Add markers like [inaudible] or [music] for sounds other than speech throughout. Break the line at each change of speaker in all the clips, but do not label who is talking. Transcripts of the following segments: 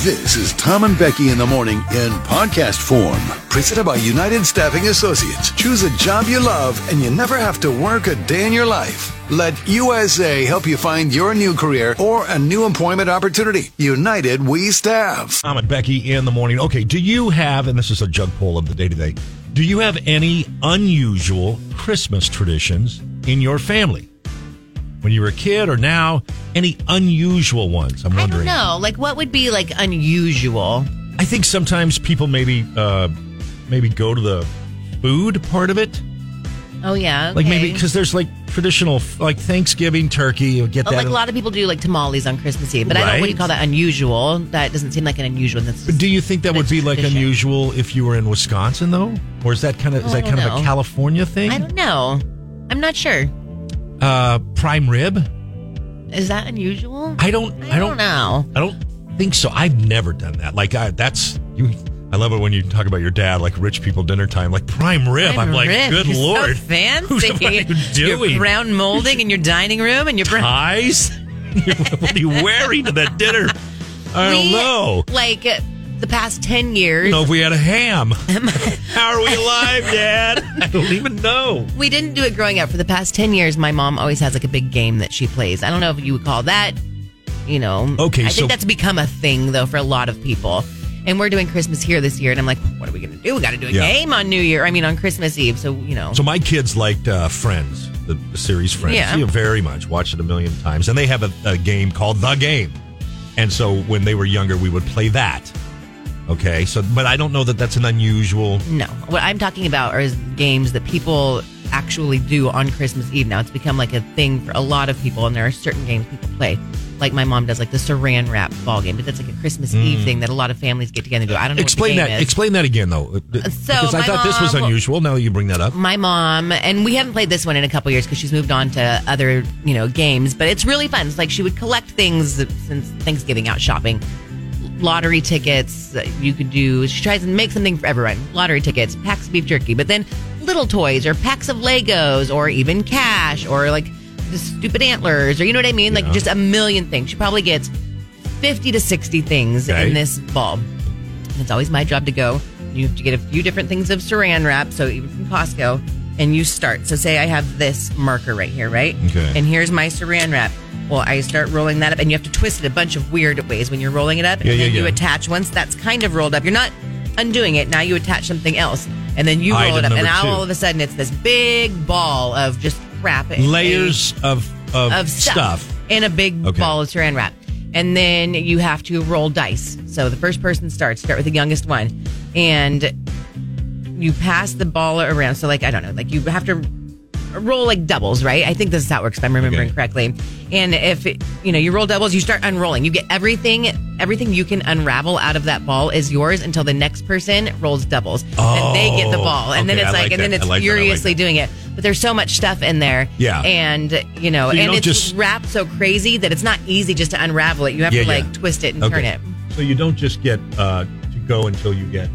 This is Tom and Becky in the morning in podcast form, presented by United Staffing Associates. Choose a job you love and you never have to work a day in your life. Let USA help you find your new career or a new employment opportunity. United We Staff.
Tom and Becky in the morning. Okay, do you have, and this is a jug poll of the day today, do you have any unusual Christmas traditions in your family? When you were a kid or now, any unusual ones? I'm
I don't
wondering.
know. Like, what would be like unusual?
I think sometimes people maybe uh, maybe go to the food part of it.
Oh yeah,
Like
okay.
maybe because there's like traditional like Thanksgiving turkey. You'll get
Oh,
that.
like a
in-
lot of people do like tamales on Christmas Eve, but I don't. What do you
Right.
call that? Unusual? That doesn't seem like an unusual. That's
But do you think that would
It's
be like
tradition.
unusual if you were in Wisconsin though, or is that kind of
Oh,
is
I
that kind
don't
of a
know.
California thing?
I don't know. I'm not sure.
Uh, prime rib.
Is that unusual?
I don't. I don't,
I don't know.
I don't think so. I've never done that. Like I, that's you. I love it when you talk about your dad, like rich people dinner time, like prime rib. I'm like,
Rib,
good
you're so
lord, [laughs]
fancy.
What are you doing?
Your brown molding in your dining room and your brown.
ties? [laughs] what are you wearing to that dinner? I don't
We-
know.
Like uh, the past ten years,
No, if we had a
[laughs]
ham. How are we alive, Dad? I don't even know.
we didn't do it growing up. For the past ten years, my mom always has like a big game that she plays. I don't know if you would call that, you know.
Okay,
I
so-
think that's become a thing though for a lot of people. And we're doing Christmas here this year, and I'm like, what are we gonna do? We got to do a
Yeah.
game on New Year. I mean, on Christmas Eve. So you know,
So my kids liked uh, Friends, the, the series Friends,
Yeah.
You know, very much. Watched it a million times, and they have a, a game called The Game. And so when they were younger, we would play that. Okay, so but I don't know that that's an unusual.
no. What I'm talking about are games that people actually do on Christmas Eve. Now it's become like a thing for a lot of people, and there are certain games people play. Like my mom does, like the Saran Wrap ball game, but that's like a Christmas Eve thing that a lot of families get together and do. I don't know.
Mm. Explain
what the
that.
game is.
Explain that again, though, Uh, because I
my
thought this was
mom-
unusual. Now that you bring that up,
my mom and we haven't played this one in a couple years because she's moved on to other you know games but it's really fun it's like she would collect things since thanksgiving out shopping lottery tickets uh, you could do she tries and make something for everyone lottery tickets packs of beef jerky but then little toys or packs of legos or even cash or like the stupid antlers or you know what i mean
Yeah.
like just a million things she probably gets 50 to 60 things
Okay.
in this ball and it's always my job to go. You have to get a few different things of saran wrap, so even from Costco, and you start. So say I have this marker right here, right?
Okay.
And here's my saran wrap. Well, I start rolling that up, and you have to twist it a bunch of weird ways when you're rolling it up,
Yeah,
and then
yeah,
you
yeah.
attach. Once that's kind of rolled up, you're not undoing it. Now you attach something else, and then you roll
Item
it up,
number
and now
two.
all of a sudden it's this big ball of just crap. and
layers of of,
of stuff, in a big
Okay.
ball of saran wrap. And then you have to roll dice. So the first person starts, start with the youngest one. And you pass the ball around. So, like, I don't know, like you have to roll like doubles, right? I think this is how it works if I'm remembering
Okay.
correctly. And if, you know, you roll doubles, you start unrolling. You get everything, everything you can unravel out of that ball is yours until the next person rolls doubles. and they get the
Oh,
ball. And then
okay,
it's
I
like,
like
and then
that.
it's
I like that, I like
furiously
that.
doing it. But there's so much stuff in there.
Yeah.
And, you know,
So you
and
don't
it's
just-
wrapped so crazy that it's not easy just to unravel it. You have
Yeah,
to
yeah.
like twist it and turn it.
So you don't just get uh, to go until you get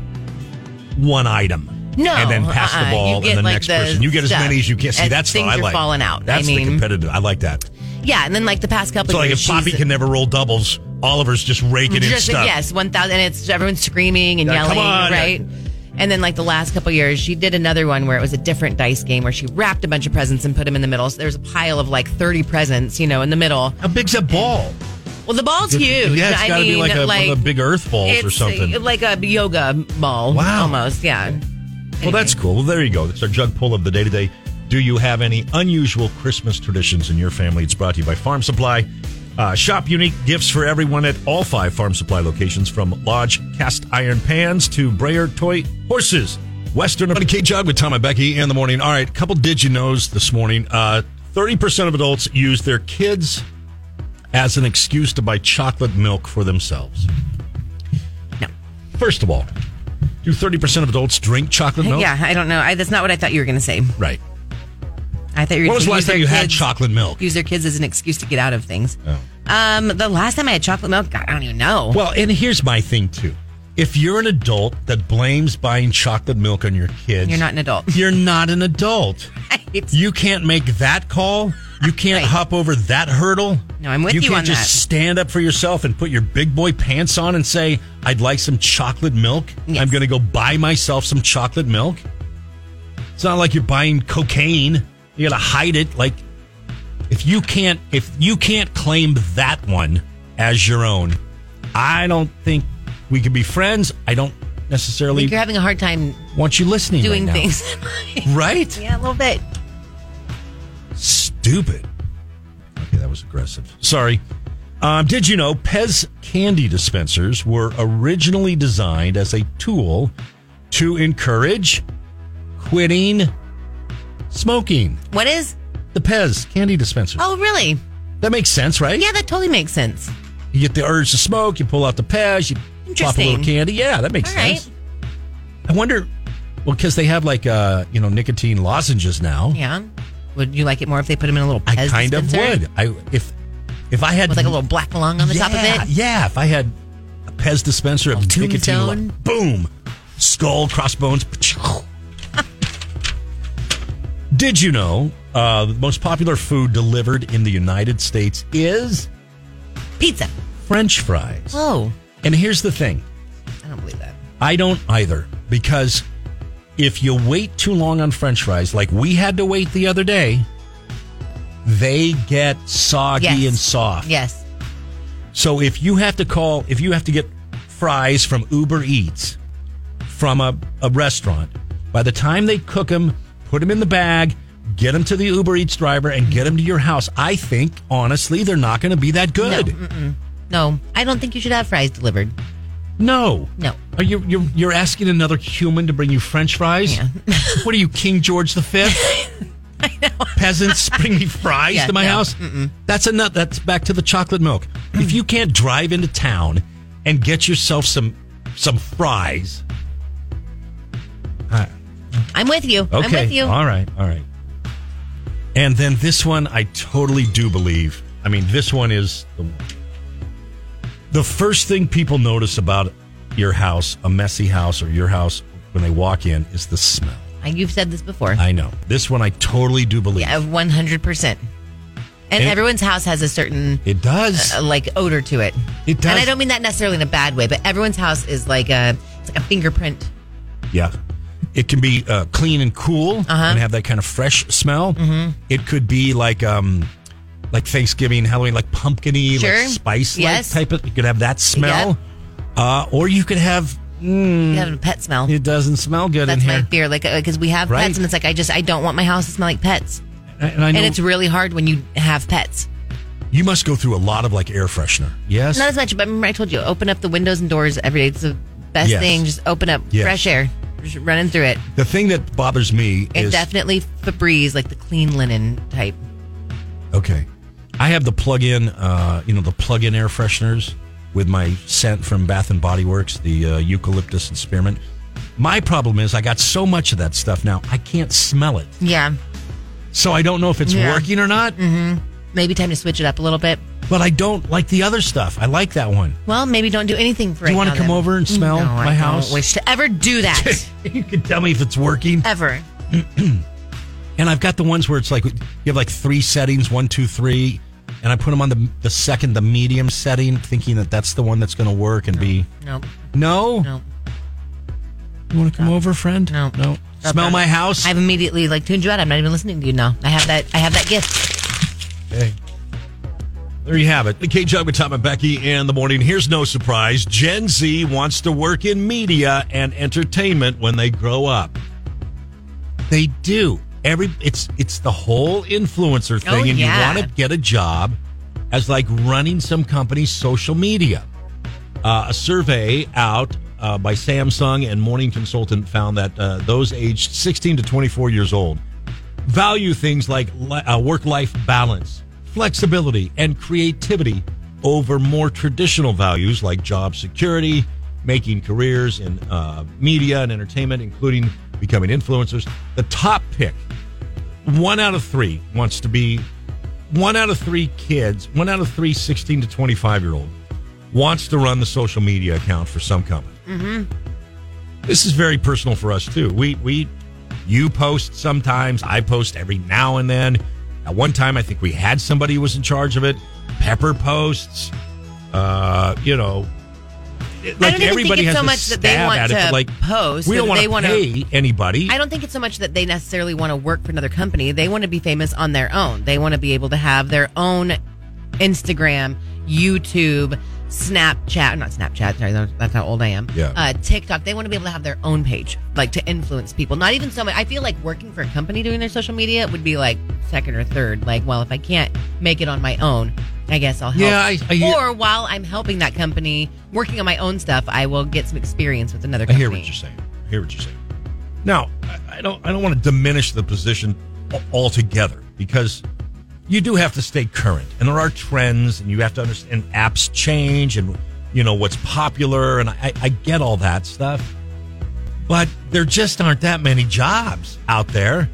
one item.
No,
and then pass
uh-uh.
the
You
ball,
get,
and the
like,
next
the
person. You get as
stuff.
many as you can. See,
As
that's what
things
I
are
like.
falling out. I
That's
mean-
the competitive. I like that.
Yeah. And then like the past couple
So like,
years.
if Poppy
she's-
can never roll doubles, Oliver's just raking in
just
stuff.
yes, one thousand, and it's everyone's screaming and
Yeah,
yelling,
come on.
right? And then like the last couple years, she did another one where it was a different dice game where she wrapped a bunch of presents and put them in the middle. So there's a pile of like thirty presents, you know, in the middle.
How big's a ball?
Well, the ball's huge.
Yeah, it's
I
got to be
mean,
like a, one of the big Earth balls or
it's,
something.
uh, like a yoga ball.
Wow.
almost, yeah.
well, that's cool. Well, there you go. That's our jug pull of the day today. Do you have any unusual Christmas traditions in your family? It's brought to you by Farm Supply. Uh, shop unique gifts for everyone at all five Farm Supply locations, from Lodge cast iron pans to Brayer toy horses. Western K Jug with Tom and Becky in the morning. All right, couple did you knows this morning. Uh, 30% of adults use their kids as an excuse to buy chocolate milk for themselves.
No.
First of all, do 30% of adults drink chocolate milk?
Yeah, I don't know. I, that's not what I thought you were going to say.
Right.
I thought you were.
When was the
gonna
last
use their
time you had
kids-
chocolate milk?
Use their kids as an excuse to get out of things.
Oh.
Um, the last time I had chocolate milk, God, I don't even know.
Well, and here's my thing too. If you're an adult that blames buying chocolate milk on your kids, [laughs]
You're not an adult.
You're not an adult.
Right.
You can't make that call. You can't
Right.
hop over that hurdle.
No, I'm with you
can't
on
just
that.
stand up for yourself and put your big boy pants on and say, "I'd like some chocolate milk."
Yes.
I'm going to go buy myself some chocolate milk. It's not like you're buying cocaine. You got to hide it. Like if you can't if you can't claim that one as your own, I don't think we could be friends. I don't necessarily
You're having a hard time
want you listening.
doing
right now.
things.
[laughs]
[laughs]
right?
yeah, a little bit.
Stupid. Okay, that was aggressive. Sorry. Um, did you know Pez candy dispensers were originally designed as a tool to encourage quitting smoking?
What is?
The Pez candy dispensers.
Oh, really?
That makes sense, right?
Yeah, that totally makes sense.
You get the urge to smoke, you pull out the Pez, you pop a
Interesting.
little candy. Yeah, that makes
All right.
sense. I wonder, well, because they have like, uh, you know, nicotine lozenges now.
Yeah. Would you like it more if they put them in a little?
I
Pez
kind
dispenser
of would. I if if I had
With like a little black lung on the top
Yeah,
of it.
Yeah, if I had a Pez dispenser of
Little
nicotine, lo-
tombstone.
boom, skull, crossbones. [laughs] Did you know uh, the most popular food delivered in the United States is
Pizza.
French fries?
Oh,
And here's the thing:
I don't believe that.
I don't either because if you wait too long on french fries, like we had to wait the other day, they get soggy
Yes.
and soft.
Yes.
So if you have to call, if you have to get fries from Uber Eats from a, a restaurant, by the time they cook them, put them in the bag, get them to the Uber Eats driver, and get them to your house, I think, honestly, they're not going to be that good.
No, I don't think you should have fries delivered.
No.
No.
Are you you're, you're asking another human to bring you French fries?
Yeah.
[laughs] what are you, King George V?
[laughs]
I know. Peasants bring me fries
Yeah,
to my
no.
house. That's enough. That's back to the chocolate milk. if you can't drive into town and get yourself some some fries,
I'm with you. I'm
okay,
with you.
all right, all right. And then this one, I totally do believe. I mean, this one is the one. The first thing people notice about your house, a messy house or your house, when they walk in, is the smell.
I- You've said this before.
I know this one. I totally do believe
Yeah, 100%. And
It-
everyone's house has a certain
it does.
uh, like odor to it.
It does.
And I don't mean that necessarily in a bad way, but everyone's house is like a it's like a fingerprint.
Yeah. It can be uh, clean and cool
Uh-huh.
and have that kind of fresh smell. Mm-hmm. It could be like um, like Thanksgiving, Halloween, like pumpkiny,
Sure.
like spice like
Yes.
type of. You could have that smell, uh, or you could have
You have a pet smell.
Mm. it doesn't smell good
That's
in
my
here.
fear. Like because we have
Right.
pets, and it's like I just I don't want my house to smell like pets.
And I know
And it's really hard when you have pets.
you must go through a lot of like air freshener. Yes,
Not as much, but remember I told you open up the windows and doors every day. It's the best
Yes.
thing. Just open up
Yes.
fresh air, just running through it,
the thing that bothers me
and
is
definitely Febreze, like the clean linen type.
Okay. I have the plug-in, uh, you know, the plug-in air fresheners with my scent from Bath and Body Works, the uh, eucalyptus and spearmint. My problem is I got so much of that stuff now, I can't smell it.
Yeah,
So I don't know if it's
Yeah.
working or not,
maybe time to switch it up a little bit.
but I don't like the other stuff. I like that one. [laughs]
Well, maybe don't do anything for.
Do you
want
wanna come over and smell my
I
house?
Don't wish to ever do that
you can tell me if it's working.
ever.
And I've got the ones where it's like you have like three settings, one, two, three, and I put them on the the second, the medium setting, thinking that that's the one that's going to work and be
Nope.
no,
Nope.
You want to come over, friend?
No.
no.
Stop
Smell
that.
my house.
I've immediately like tuned you out. I'm not even listening to you now. I have that. I have that gift.
Hey. There you have it. The K Jug with Tom and Becky in the morning. Here's no surprise. Gen Z wants to work in media and entertainment when they grow up. They do. Every it's it's the whole influencer thing,
Oh,
and
yeah.
you want to get a job as like running some company's social media. Uh, a survey out uh, by Samsung and Morning Consultant found that uh, those aged 16 to 24 years old value things like li- uh, work life balance, flexibility, and creativity over more traditional values like job security, making careers in uh, media and entertainment, including becoming influencers. The top pick one out of three wants to be one out of three kids, one out of three 16 to 25 year old wants to run the social media account for some company. Mm-hmm. This is very personal for us too. We, we, you post sometimes, I post every now and then. At one time, I think we had somebody who was in charge of it. Pepper posts, uh, you know, it- like
I don't even
everybody
think
has
it's so
a
much that they
stab
want
at it,
to
but, like
post,
We
or
don't
that
want
they
to
wanna-
pay anybody.
I don't think it's so much that they necessarily want to work for another company. They want to be famous on their own. They want to be able to have their own Instagram, YouTube, Snapchat, not Snapchat, sorry, that- that's how old I am.
Yeah.
Uh, TikTok. They want to be able to have their own page, like to influence people. Not even so much. I feel like working for a company doing their social media would be like second or third. Like, well, if I can't make it on my own, I guess I'll help.
Yeah, I- I hear-
or while I'm helping that company, working on my own stuff, I will get some experience with another
I
company.
hear what you're saying. I hear what you're saying. Now, I, I don't. I don't want to diminish the position a- altogether because you do have to stay current, and there are trends, and you have to understand apps change, and you know what's popular, and I, I get all that stuff. But there just aren't that many jobs out there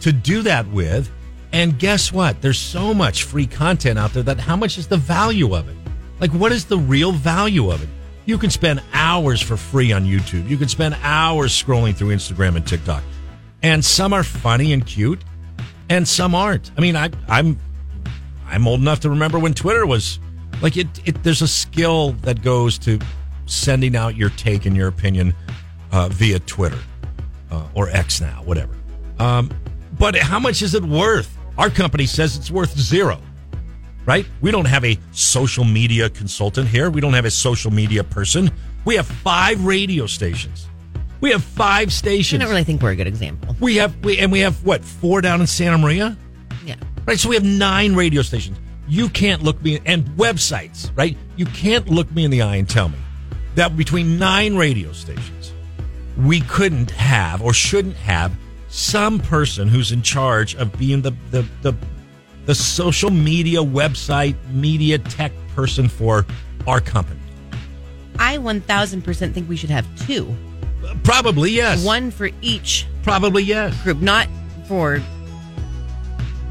to do that with. And guess what? There's so much free content out there that how much is the value of it? Like, what is the real value of it? You can spend hours for free on YouTube. You can spend hours scrolling through Instagram and TikTok. And some are funny and cute, and some aren't. I mean, I, I'm I'm old enough to remember when Twitter was like it, it. There's a skill that goes to sending out your take and your opinion uh, via Twitter uh, or X now, whatever. Um, but how much is it worth? Our company says it's worth zero, right? We don't have a social media consultant here. We don't have a social media person. We have five radio stations. We have five
I
stations.
don't really think we're a good example.
we have we and we have what four down in Santa Maria.
Yeah.
Right, so we have nine radio stations. You can't look me and websites, right? You can't look me in the eye and tell me that between nine radio stations, we couldn't have or shouldn't have some person who's in charge of being the the the, the social media website media tech person for our company.
I 1000% think we should have two.
Probably yes.
One for each
probably yes.
group, not for.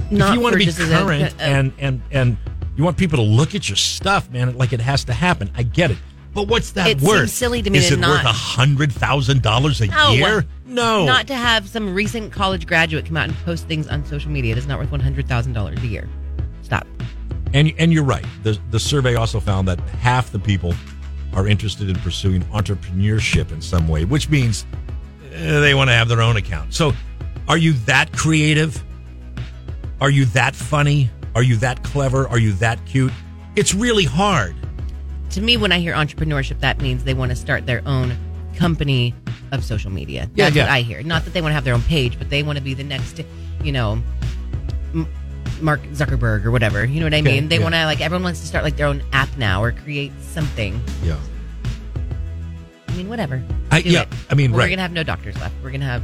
if you want
for
to be
just as a- uh,
current
a-
and and and you want people to look at your stuff, man, like it has to happen. I get it, but what's that
It
worth?
seems silly to me
Is
to
it
not-
worth a hundred thousand dollars a
No.
year? No,
Not to have some recent college graduate come out and post things on social media that's not worth $100,000 a year. Stop.
and and you're right. The the survey also found that half the people are interested in pursuing entrepreneurship in some way, which means uh, they want to have their own account. So, are you that creative? Are you that funny? Are you that clever? Are you that cute? It's really hard.
To me, when I hear entrepreneurship, that means they want to start their own company of social media.
Yeah,
That's
yeah.
what I hear. Not that they want to have their own page, but they want to be the next, you know, M- Mark Zuckerberg or whatever. You know what I
Okay,
mean? They
yeah.
want to, like, everyone wants to start, like, their own app now or create something.
Yeah.
I mean, whatever.
I-
Do
yeah,
it.
I mean,
We're
right.
going to have no doctors left. We're going to have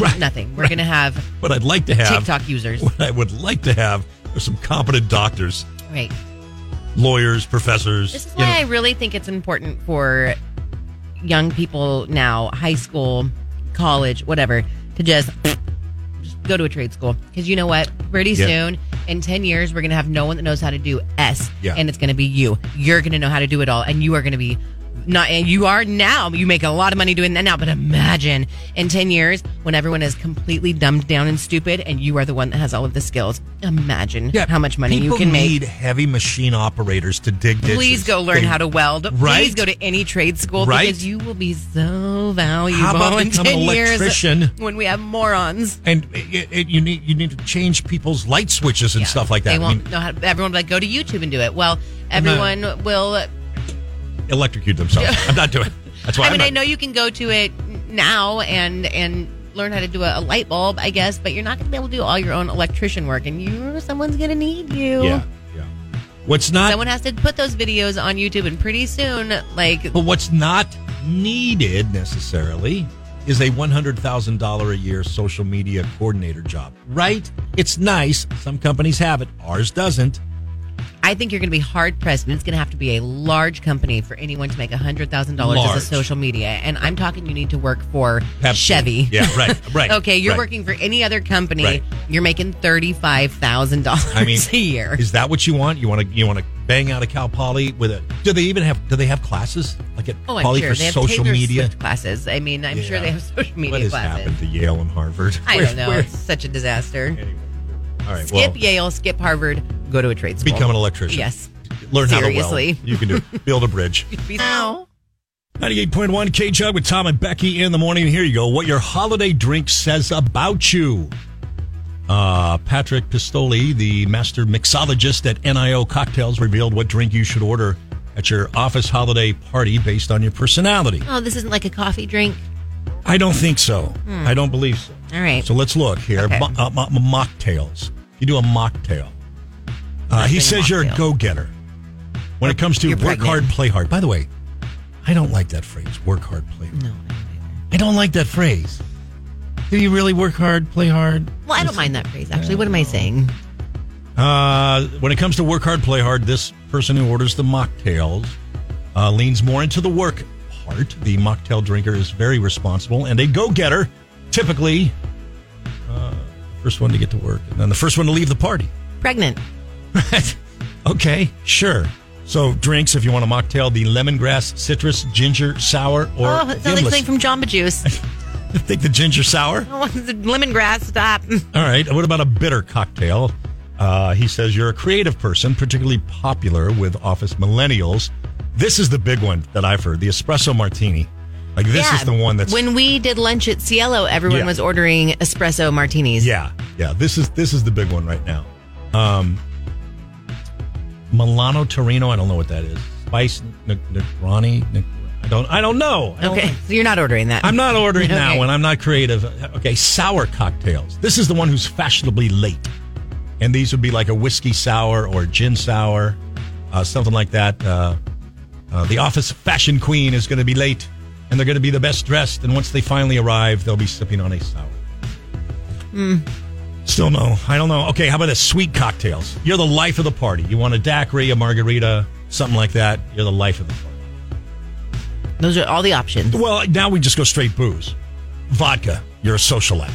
Right,
nothing. We're
right.
going to have
What I'd like to have
TikTok users.
[laughs] What I would like to have are some competent doctors,
Right.
lawyers, professors.
This is
you
why I
know.
really think it's important for young people now, high school, college, whatever, to just, just go to a trade school. Because you know what? Pretty
Yeah.
soon, in 10 years, we're going to have no one that knows how to do S.
Yeah.
And it's going to be you. You're going to know how to do it all. And you are going to be not, and you are now, you make a lot of money doing that now. But imagine in 10 years when everyone is completely dumbed down and stupid and you are the one that has all of the skills. Imagine how much money you
people
can make.
need heavy machine operators to dig ditches.
Please go learn
They-
how to weld.
Right?
Please go to any trade school
Right?
because you will be so valuable
How about
in
become
10
an electrician?
years when we have morons.
And it, it, you need you need to change people's light switches and stuff like that.
They
I
won't
mean,
know how to, everyone will be like, go to YouTube and do it. Well, everyone will.
electrocute
[laughs]
themselves. I'm not doing. it. That's why
I mean,
am
I know you can go to it now and, and learn how to do a, a light bulb, I guess, but you're not going to be able to do all your own electrician work and you, someone's going to need you.
Yeah, yeah. What's not?
Someone has to put those videos on YouTube and pretty soon, like,
But what's not needed necessarily is a $100,000 a year social media coordinator job, right? It's nice. Some companies have it, ours doesn't.
I think you're going to be hard pressed, and it's going to have to be a large company for anyone to make hundred thousand dollars as
Large.
a social media. And I'm talking, you need to work for
Pepsi.
Chevy.
Yeah, right, right.
[laughs] okay, you're
right.
working for any other company.
Right.
You're making thirty five thousand dollars
I mean,
[laughs] a year.
Is that what you want? You want to you want to bang out of Cal Poly with a? Do they even have? Do they have classes like at
Oh, I'm
Poly
sure
for
they have
social
Taylor
media?
Swift classes. I mean, I'm sure
Yeah.
they have social
what
media
has
classes.
happened to Yale and Harvard?
I
Where-
don't know.
where-
It's such a disaster.
anyway, All right,
skip
well-
Yale, skip Harvard, go to a trade school.
Become an electrician.
Yes. [laughs]
Learn how to
Seriously.
weld. You can do
[laughs]
it. Build a bridge.
Be- Ow.
98.1 K Chug with Tom and Becky in the morning. Here you go. What your holiday drink says about you. Uh, Patrick Pistoli, the master mixologist at NIO Cocktails, revealed what drink you should order at your office holiday party based on your personality.
Oh, this isn't like a coffee drink.
I don't think so. I don't believe so.
All right.
So let's look here.
Okay.
Mo- uh, mo- mo- mocktails. You do a mocktail. Uh, he
doing a
says you're a
mocktail.
go getter. When it comes to
You're
work
pregnant.
hard, play hard. By the way, I don't like that phrase work hard, play hard.
No.
I don't like that phrase. Do you really work hard, play hard?
Well, I don't mind that phrase, actually. What am I saying?
Uh, when it comes to work hard, play hard, this person who orders the mocktails uh, leans more into the work part. The mocktail drinker is very responsible and a go getter, typically uh, first one to get to work and then the first one to leave the party. [laughs]
Pregnant.
okay, sure. So, drinks, if you want a mocktail, the lemongrass, citrus, ginger, sour, or
oh, it sounds like
gimless.
something from Jamba
[laughs]
Juice. [laughs]
Think the ginger sour?
oh, it's lemongrass. Stop.
All right. What about a bitter cocktail? Uh, he says you're a creative person, particularly popular with office millennials. This is the big one that I've heard the espresso martini. Like, this
Yeah,
is the one that's.
When we did lunch at Cielo, everyone
Yeah.
was ordering espresso martinis.
yeah. Yeah. This is this is the big one right now. Um, Milano Torino. I don't know what that is. Spice N- Negroni. Neg- I don't. I don't know. I don't-
Okay. So you're not ordering
[laughs]
that.
I'm not ordering now,
Okay.
and I'm not creative. Okay, sour cocktails. This is the one who's fashionably late, and these would be like a whiskey sour or gin sour, uh, something like that. Uh, uh, the office fashion queen is going to be late, and they're going to be the best dressed. And once they finally arrive, they'll be sipping on a sour. Still no, I don't know. Okay, how about a sweet cocktails? You're the life of the party. You want a daiquiri, a margarita, something like that. You're the life of the party.
Those are all the options.
Well, now we just go straight booze. Vodka, you're a
[laughs]
socialite.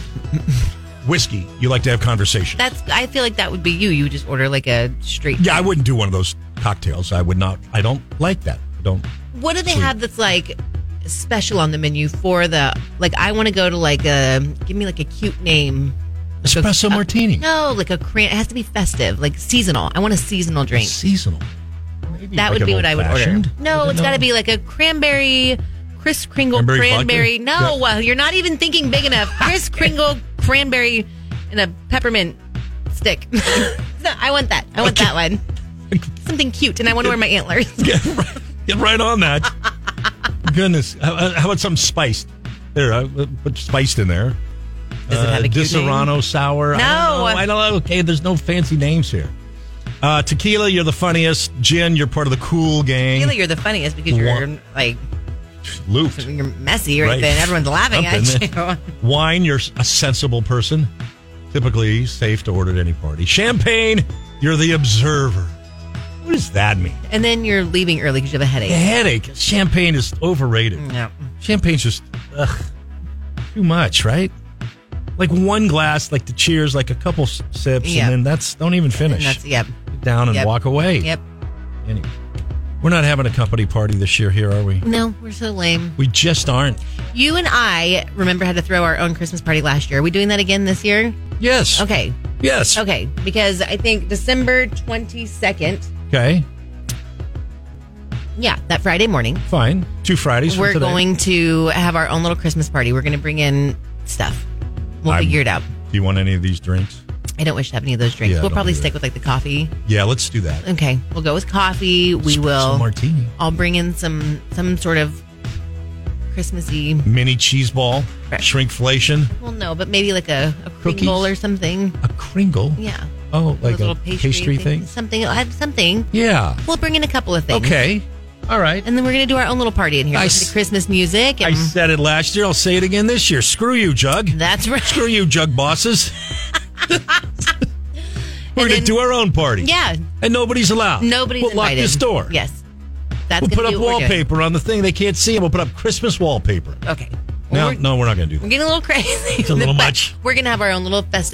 Whiskey, you like to have conversation.
That's. I feel like that would be you. You would just order like a straight.
yeah, I wouldn't do one of those cocktails. I would not. I don't like that. I don't.
What do they have that's like special on the menu for the like? I want to go to like a give me like a cute name.
Espresso martini.
uh, No, like a cran. It has to be festive, like seasonal. I want a seasonal drink.
Seasonal. Maybe
That
like
would
an
be what I would order.
old-fashioned.
No,
don't
it's got
know.
to be like a cranberry, Kris Kringle
Cranberry
cranberry.
vodka?
No,
Yeah.
uh, you're not even thinking
[laughs]
big enough. Kris Kringle cranberry and a peppermint stick. [laughs] No, I want that. I want
Okay.
that one. Something cute, and I want to wear
[laughs]
my antlers.
[laughs] Get right, get right on
[laughs]
that. Goodness. How, uh, how about something spiced? There, I put spiced in there.
Does it have a cute name?
Disaronno Uh, sour? I don't
No.
know. I don't know. Okay, there's no fancy names here. Uh, tequila, you're the funniest. Gin, you're part of the cool gang.
feel like you're the funniest because you're
Wa-
like
Looped.
you're messy right,
Right.
then. Everyone's laughing at
Something.
you. [laughs]
Wine, you're a sensible person. Typically safe to order at any party. Champagne, you're the observer. What does that mean?
And then you're leaving early because you have a
A
headache.
headache. Champagne is overrated.
No.
Champagne's just ugh, too much, right? Like one glass, like the cheers, like a couple s- sips,
Yeah.
and then that's don't even finish.
And that's yep.
Down and
Yep.
walk away.
Yep.
Anyway, we're not having a company party this year, here are we?
No, we're so lame.
We just aren't.
You and I remember how to throw our own Christmas party last year. Are we doing that again this year?
Yes.
Okay.
Yes.
Okay. Because I think December 22nd,
Okay.
yeah, that Friday morning,
Fine. Two Fridays. from
we're
today.
going to have our own little Christmas party. We're going to bring in stuff. We'll
I'm-
figure it out.
Do you want any of these drinks?
I don't wish to have any of those drinks.
Yeah, I
we'll
don't
probably
either.
stick with like the coffee.
Yeah, let's do that.
Okay. We'll go with coffee. We
Espresso
will.
martini,
I'll bring in some some sort of Christmassy.
mini cheese ball,
Right.
shrinkflation,
Well, no, but maybe like a, a
Cookies?
Kringle or something.
a Kringle.
Yeah.
Oh, like
Those
a pastry, thing.
things. Something. I'll have something.
Yeah.
We'll bring in a couple of things.
Okay. All right.
And then we're gonna do our own little party in here.
I
Listen
s-
to Christmas music.
I
And
said it last year. I'll say it again this year. Screw you, Jug.
that's right.
Screw you, Jug
[laughs]
bosses. [laughs] We're
And
going
then-
to do our own party.
[laughs] Yeah.
And nobody's allowed.
Nobody's
We'll
invited.
lock this door.
Yes. That's
We'll
gonna
put
be
up
what we're doing.
wallpaper on the thing. They can't see it. We'll put up Christmas wallpaper.
Okay.
No,
Well, we're,
no, we're not going to do that.
we're getting a little [laughs] crazy.
a little
But
much.
We're gonna have our own little festive.